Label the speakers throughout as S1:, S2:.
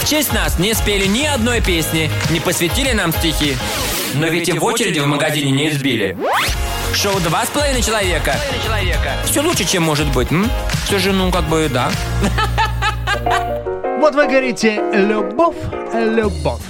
S1: В честь нас не спели ни одной песни, не посвятили нам стихи. Но ведь и в очереди в магазине не избили. Шоу «Два с половиной человека». Все лучше, чем может быть. М? Все же, ну, как бы, да.
S2: Вот вы говорите «любовь, любовь».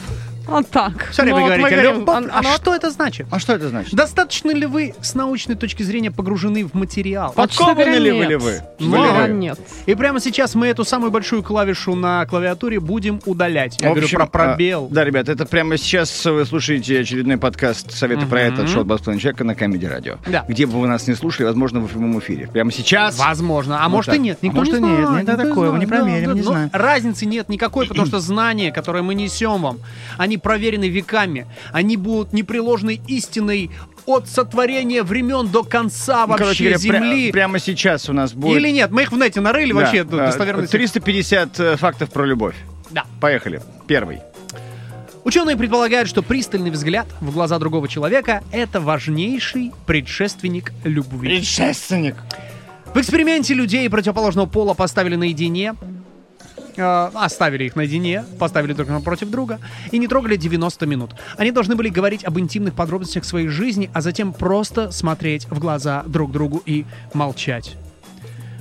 S3: Вот так.
S2: Все время
S3: Ну,
S2: вы
S3: вот мы
S2: говорите
S3: говорим,
S2: «любовь».
S3: а-
S2: А
S3: ну, вот
S2: что это значит?
S4: А что это значит?
S2: Достаточно ли вы с научной точки зрения погружены в материал?
S3: почти
S4: Подкованы
S3: говоря,
S4: ли
S3: нет.
S4: были вы?
S3: Да,
S4: Были вы?
S3: Ну, нет.
S2: И прямо сейчас мы эту самую большую клавишу на клавиатуре будем удалять. Я
S4: В
S2: говорю
S4: общем,
S2: про пробел.
S4: а, да, ребят, это прямо сейчас вы слушаете очередной подкаст «Советы про этот» шоу «Бастон человека» на Камеди Радио.
S2: Да.
S4: Где бы вы нас не слушали, возможно, в прямом эфире. Прямо сейчас.
S2: Возможно. А
S4: Вот
S2: может и
S4: так.
S2: нет.
S4: А
S2: Никто
S4: может
S2: не
S4: и нет.
S2: знает,
S4: Это
S2: никто
S4: такое, мы не
S2: знает.
S4: проверим, не
S2: но
S4: знаю.
S2: Разницы нет никакой, потому что знания, которые мы несем вам, они проверены веками. Они будут непреложной истиной от сотворения времен до конца
S4: Ну,
S2: вообще
S4: короче говоря, пря-
S2: Земли.
S4: прямо сейчас у нас будет...
S2: Или нет, мы их в нете нарыли
S4: Да,
S2: вообще ну,
S4: а,
S2: достоверно.
S4: 350 э, фактов про любовь.
S2: Да.
S4: Поехали. Первый.
S2: Ученые предполагают, что пристальный взгляд в глаза другого человека – это важнейший предшественник любви.
S4: Предшественник.
S2: В эксперименте людей противоположного пола поставили наедине. э, Оставили их наедине, поставили друг напротив друга и не трогали 90 минут. Они должны были говорить об интимных подробностях своей жизни, а затем просто смотреть в глаза друг другу и молчать.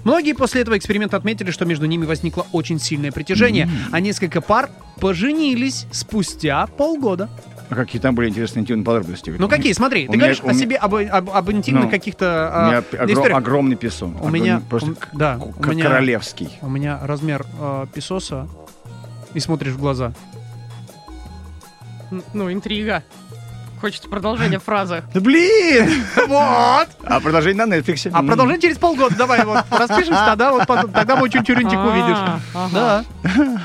S2: Многие после этого эксперимента отметили, что между ними возникло очень сильное притяжение, а несколько пар поженились спустя полгода.
S4: А какие там были интересные интимные подробности?
S2: Ну какие, смотри,
S4: У
S2: ты
S4: меня-
S2: говоришь
S4: у
S2: о
S4: меня-
S2: себе, об, об- об интимных
S4: Ну,
S2: каких-то
S4: У меня
S2: а,
S4: огро-
S2: историях.
S4: огромный писун.
S2: У меня-
S4: Огромный, Просто
S2: у м-
S4: к-
S2: да,
S4: к-
S2: у меня-
S4: королевский.
S2: У меня размер э, песоса. И смотришь в глаза.
S3: Н- Ну, интрига. Хочется продолжение фразы.
S4: Да блин!
S2: Вот!
S4: А продолжение на Netflix.
S2: А продолжение через полгода. Давай вот распишемся, тогда вот потом- тогда мой тюнтюринчик
S3: А,
S2: увидишь.
S3: ага.
S2: Да.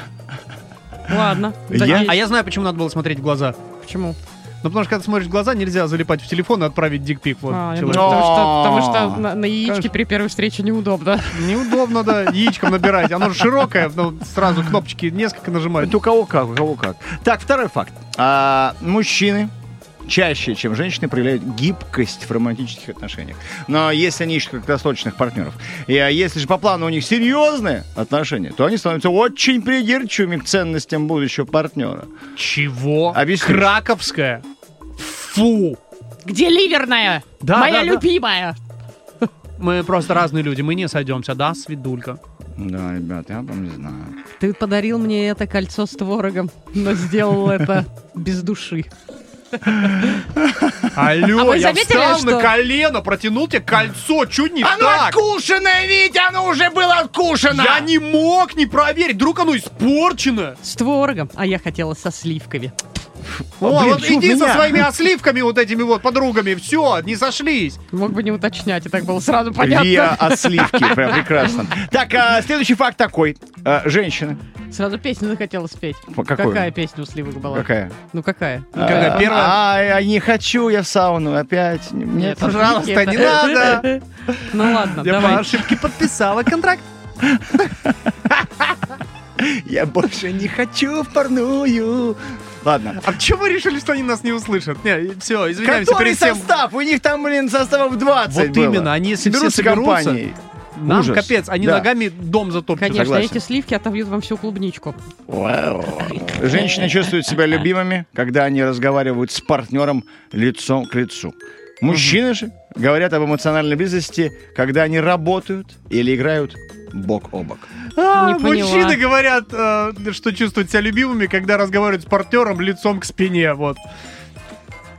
S3: Ладно.
S4: Я-
S3: Надеюсь.
S2: А я знаю, почему надо было смотреть в глаза.
S3: Почему?
S2: Ну, потому что когда ты смотришь в глаза, нельзя залипать в телефон и отправить дикпик. Вот,
S3: А, я
S2: человек.
S3: думала, Потому что, потому
S4: А.
S3: что на, на яичке
S2: Конечно.
S3: при первой встрече неудобно.
S2: Неудобно, да, яичком набирать. Оно же широкое, но сразу кнопочки несколько нажимать.
S4: Это у кого как, у кого как. Так, второй факт. А, мужчины чаще, чем женщины, проявляют гибкость в романтических отношениях. Но если они ищут краткосрочных партнеров, и а, если же по плану у них серьезные отношения, то они становятся очень придирчивыми к ценностям будущего партнера.
S2: Чего?
S4: Объясни.
S2: Краковская. Фу!
S3: Где ливерная?
S2: Да, да,
S3: Моя
S2: да.
S3: любимая.
S2: Мы просто разные люди, мы не сойдемся, да, Свидулька?
S4: Да, ребят, я вам не знаю.
S3: Ты подарил мне это кольцо с творогом, но сделал это без души. А
S2: Алло,
S3: вы
S2: я
S3: заметили,
S2: встал
S3: что-
S2: на колено, протянул тебе кольцо, чуть не
S4: Оно
S2: так.
S4: откушенное, Витя, оно уже было откушено!
S2: Я не мог не проверить, вдруг оно испорчено.
S3: С творогом, а я хотела со сливками.
S2: О,
S4: блин,
S2: вот
S4: чё
S2: иди
S4: у
S2: со
S4: меня?
S2: своими осливками вот этими вот подругами, все, не сошлись.
S3: Мог бы не уточнять, и так было сразу понятно.
S4: Виа от сливки, прям прекрасно. Так, а, следующий факт такой. А, женщины.
S3: Сразу песню захотела спеть.
S4: Ф- какую?
S3: Какая песня у сливок была?
S4: Какая?
S3: Ну какая?
S2: Когда
S4: А,
S2: первая-
S4: А, я не хочу я в сауну опять. Мне
S3: Нет, уже
S2: Пожалуйста, не
S3: Никита.
S2: надо.
S3: Ну ладно,
S2: Я по
S3: давай.
S2: ошибке подписала контракт.
S4: Я больше не хочу в парную. Ладно.
S2: А почему вы решили, что они нас не услышат? Не, все, извиняемся
S4: Который
S2: перед всем.
S4: состав? У них там, блин, составов 20
S2: Вот
S4: было.
S2: именно, они если все
S4: Соберутся
S2: соберутся,
S4: компанией.
S2: Нам
S4: Ужас.
S2: капец, они
S4: Да.
S2: ногами дом затопчут.
S3: Конечно,
S4: Согласен.
S3: эти сливки отовьют вам всю клубничку.
S4: Вау. Женщины чувствуют себя любимыми, когда они разговаривают с партнером лицом к лицу. Мужчины же говорят об эмоциональной близости, когда они работают или играют бок о бок.
S2: А,
S3: Не поняла.
S2: мужчины говорят, э, что чувствуют себя любимыми, когда разговаривают с партнером лицом к спине. Вот.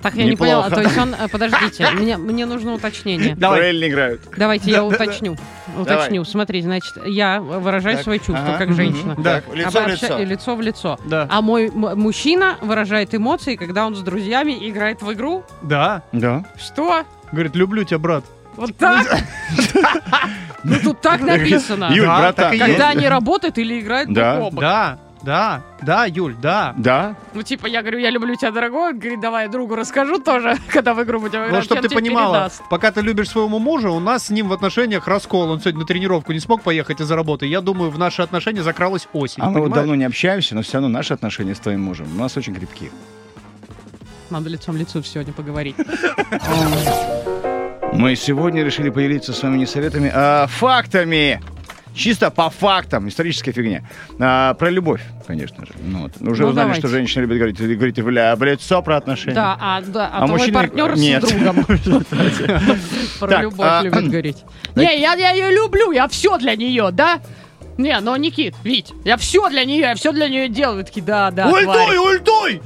S3: Так, я не
S4: Неплохо.
S3: поняла. То есть он... э, Подождите, мне- мне нужно уточнение.
S2: Давай.
S4: Правильно играют.
S3: Давайте
S2: Да,
S3: я
S2: да, да.
S3: уточню. Уточню. Смотри, значит, я выражаю
S4: Так,
S3: свои чувства
S4: ага,
S3: как
S4: мгм,
S3: женщина.
S2: Да.
S4: Так, лицо в
S3: Обобща-
S4: лицо.
S3: э, лицо в лицо.
S2: Да.
S3: А мой м- мужчина выражает эмоции, когда он с друзьями играет в игру.
S2: Да.
S4: Да.
S3: Что?
S2: Говорит, люблю тебя, брат.
S3: Вот так? Ну тут так написано.
S4: Юль,
S2: Да,
S4: братан,
S2: так и
S4: ну-
S2: есть.
S3: Когда они работают или играют
S4: Да.
S3: бок о бок.
S2: Да, да, да, Юль, да.
S4: Да.
S3: Ну, типа, я говорю, я люблю тебя, дорогой. Он говорит, давай я другу расскажу тоже, когда в игру будем играть.
S2: Ну, чтобы
S3: чем
S2: ты
S3: тебе
S2: понимала,
S3: передаст.
S2: пока ты любишь своему мужа, у нас с ним в отношениях раскол. Он сегодня на тренировку не смог поехать из-за работы. Я думаю, в наши отношения закралась осень.
S4: А мы вот
S2: понимаешь?
S4: давно не общаемся, но все равно наши отношения с твоим мужем у нас очень крепкие.
S3: Надо лицом в лицо сегодня поговорить.
S4: Мы сегодня решили поделиться с вами не советами, а фактами. Чисто по фактам, историческая фигня. А, про любовь, конечно же. Ну, вот. Уже
S3: Ну,
S4: узнали,
S3: давайте.
S4: что женщина любит говорить, говорит, бля, бля, это всё про отношения.
S3: Да, а, да, а,
S4: А
S3: твой
S4: мужчины-
S3: партнер
S4: Нет.
S3: с другом. Про
S4: Так,
S3: любовь
S4: а,
S3: любит говорить. Не, я, я ее люблю, я все для нее, да? Не, но Никит, Вить, я все для нее, я все для нее делаю. Вы Такие, да, да. тварь.
S4: ультой!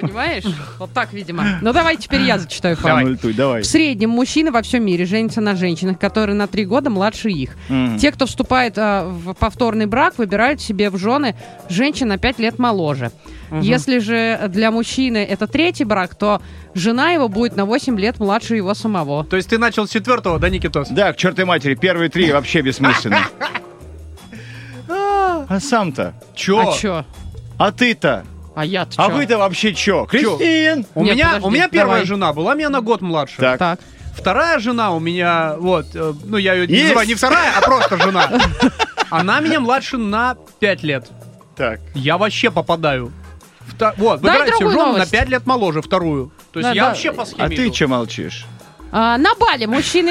S3: Понимаешь? Вот так, видимо. Ну давай теперь я зачитаю факт.
S4: Давай. Ультуй, давай.
S3: В среднем мужчины во всем мире женятся на женщинах, которые на три года младше их.
S4: Мгм.
S3: Те, кто вступает э, в повторный брак, выбирают себе в жены женщин на пять лет моложе. Если же для мужчины это третий брак, то жена его будет на 8 лет младше его самого.
S2: То есть ты начал с четвертого, да, Никитос?
S4: Да, к чертой матери, первые три вообще бессмысленно. А сам-то? Чё?
S3: А чё?
S4: А ты-то?
S3: А я-то
S4: А
S3: чё?
S4: вы-то вообще чё? Кристин!
S2: У,
S3: Нет,
S2: меня,
S3: подожди,
S2: у меня первая
S3: давай.
S2: жена была меня на год младше.
S4: Так.
S3: Так.
S2: Вторая жена у меня, вот, э, ну я ее
S4: Есть.
S2: называю не вторая, а просто жена. Она меня младше на 5 лет.
S4: Так.
S2: Я вообще попадаю. Вта- Вот,
S3: Дай
S2: выбирайте
S3: другую
S2: жену на
S3: новость.
S2: 5 лет моложе вторую. То есть
S3: Да,
S2: я
S3: да.
S2: вообще по схеме
S4: А ты
S2: иду.
S4: чё молчишь?
S3: А, на Бали мужчины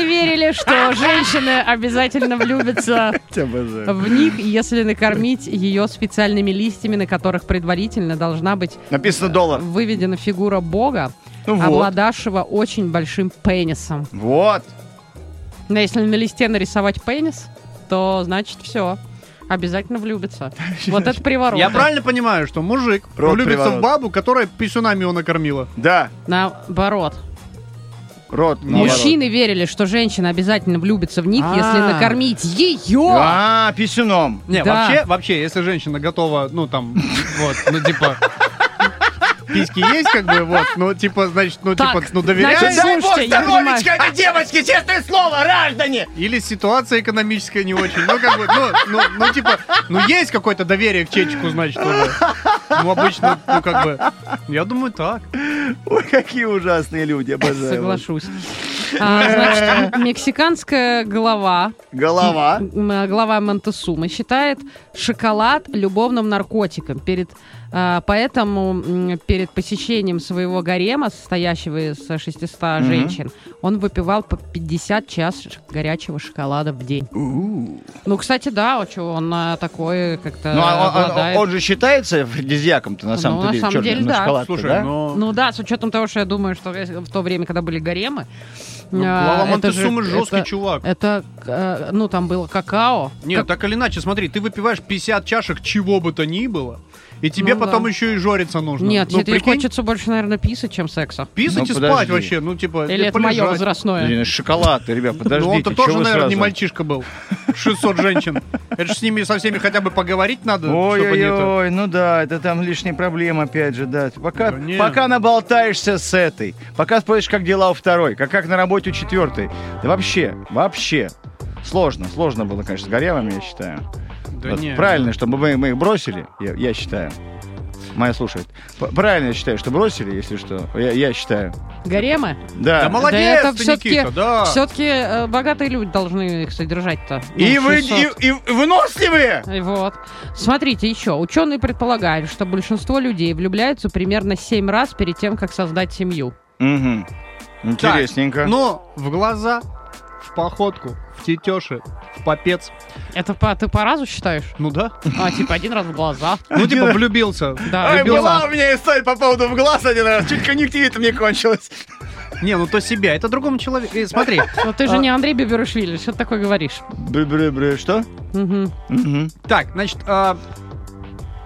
S3: верили, что женщины обязательно влюбятся
S4: Тебя обожаю.
S3: в них, если накормить ее специальными листьями, на которых предварительно должна быть
S4: Написано доллар.
S3: выведена фигура бога,
S4: Ну вот.
S3: обладавшего очень большим пенисом.
S4: Вот.
S3: Но если на листе нарисовать пенис, то значит все. Обязательно влюбится. Вот это приворот.
S2: Я правильно понимаю, что мужик
S4: Рот
S2: влюбится
S4: приворот.
S2: в бабу, которая писюнами его накормила.
S4: Да.
S3: Наоборот.
S4: Рот. наоборот.
S3: Мужчины верили, что женщина обязательно влюбится в них, если
S2: А.
S3: накормить ее.
S4: А, писюном.
S2: Не,
S3: Да.
S2: вообще, вообще, если женщина готова, ну там, вот, ну типа... Письки есть, как бы, вот, ну, типа, значит, ну,
S3: Так,
S2: типа, ну, доверяешь?
S3: значит, Дай бог Слушайте, я понимаю.
S4: это девочки, честное слово, граждане!
S2: Или ситуация экономическая не очень. Ну, как бы, ну, ну, ну, типа, ну, есть какое-то доверие к чечку, значит, уже. Ну, обычно, ну, как бы, я думаю, так.
S4: Ой, какие ужасные люди, обожаю. вас.
S3: Соглашусь. А, значит, мексиканская голова
S4: Голова.
S3: М, э, глава Монтесумы считает шоколад любовным наркотиком. Перед, э, поэтому м, перед посещением своего гарема, состоящего из э, 600 женщин, он выпивал по 50 чаш горячего шоколада в день. Ну, кстати, да, вот чё, он э, такой как-то
S4: Ну, а он- он,
S3: обладает.
S4: он же считается афродизиаком-то на
S3: Ну,
S4: самом-то
S3: на
S4: деле.
S3: самом
S4: Чёрт,
S3: деле,
S4: ну,
S3: да.
S4: шоколад-то,
S2: Слушай,
S4: да?
S2: ну,
S3: Ну да, с учетом того, что я думаю, что э, в то время, когда были гаремы...
S2: ну,
S3: э,
S2: глава
S3: это же-
S2: Монтесумы жесткий
S3: это-
S2: чувак.
S3: Это, э, ну, там было какао.
S2: Нет, так или иначе, смотри, ты выпиваешь 50 чашек чего бы то ни было, и тебе
S3: Ну
S2: потом
S3: да.
S2: еще и жориться нужно.
S3: Нет,
S2: ну,
S3: это и хочется больше, наверное, писать, чем секса.
S2: Писать
S4: Ну,
S2: и спать
S4: подожди.
S2: вообще, ну, типа,
S3: Или это мое
S2: полежать.
S3: возрастное?
S4: Блин, это шоколад, ребят, подождите.
S2: ну, он-то
S4: чё
S2: тоже,
S4: вы
S2: наверное, не
S4: сразу?
S2: мальчишка был. 600 женщин. Это же с ними со всеми хотя бы поговорить надо, чтобы они это...
S4: Ой-ой-ой, ну да, это там лишние проблемы опять же, да. Ты Пока,
S2: Да не.
S4: пока наболтаешься с этой, пока спросишь, как дела у второй, как, как на работе у четвертой. Да вообще, вообще. Сложно, сложно было, конечно, с горелыми, я считаю.
S2: Да
S4: Вот
S2: не. ну.
S4: правильно, чтобы мы, мы их бросили, я, я считаю. Моя слушает. П- Правильно я считаю, что бросили, если что. Я, я считаю.
S3: Гаремы?
S4: Да.
S2: Да молодец
S3: это
S2: ты,
S3: всё-таки-
S2: Никита,
S4: А.
S2: да.
S3: Все-таки богатые люди должны их содержать-то. Ну,
S4: и вы
S3: 600.
S4: и- и выносливые!
S3: И Вот. Смотрите, еще. Ученые предполагают, что большинство людей влюбляются примерно 7 раз перед тем, как создать семью.
S4: Мгм. Ну,
S2: Так,
S4: Интересненько.
S2: Но в глаза, в походку, в тетеши, в попец.
S3: Это по, ты по разу считаешь?
S2: Ну да.
S3: А, типа один раз в глаза.
S2: Ну типа влюбился.
S3: Да,
S4: Ой,
S3: влюбился.
S4: была у меня история по поводу в глаз один раз. Чуть конъюнктивит мне кончилось.
S2: Не, ну то себя. Это другому человеку. Э, Смотри.
S3: Но ты
S4: А.
S3: же не Андрей Беберушвили, что ты такое говоришь?
S4: Бры-бры-бры, что?
S3: Мгм.
S4: Мгм.
S2: Так, значит, а,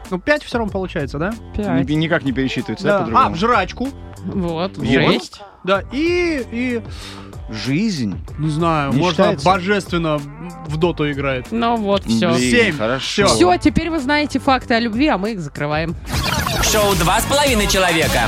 S2: ну 5 все равно получается, да?
S3: Пять.
S4: Ни- Никак не пересчитывается, да,
S2: Да. А, в
S4: по-другому?
S2: жрачку.
S3: Вот,
S2: Вот.
S3: жесть.
S2: Да, и, и,
S4: Жизнь.
S2: не знаю,
S4: Не
S2: можно
S4: считается?
S2: божественно в доту играет.
S3: Ну вот, все.
S4: Блин,
S2: Семь.
S4: Хорошо.
S2: Всё.
S3: Все, теперь вы знаете факты о любви, а мы их закрываем.
S1: Шоу «Два с половиной человека».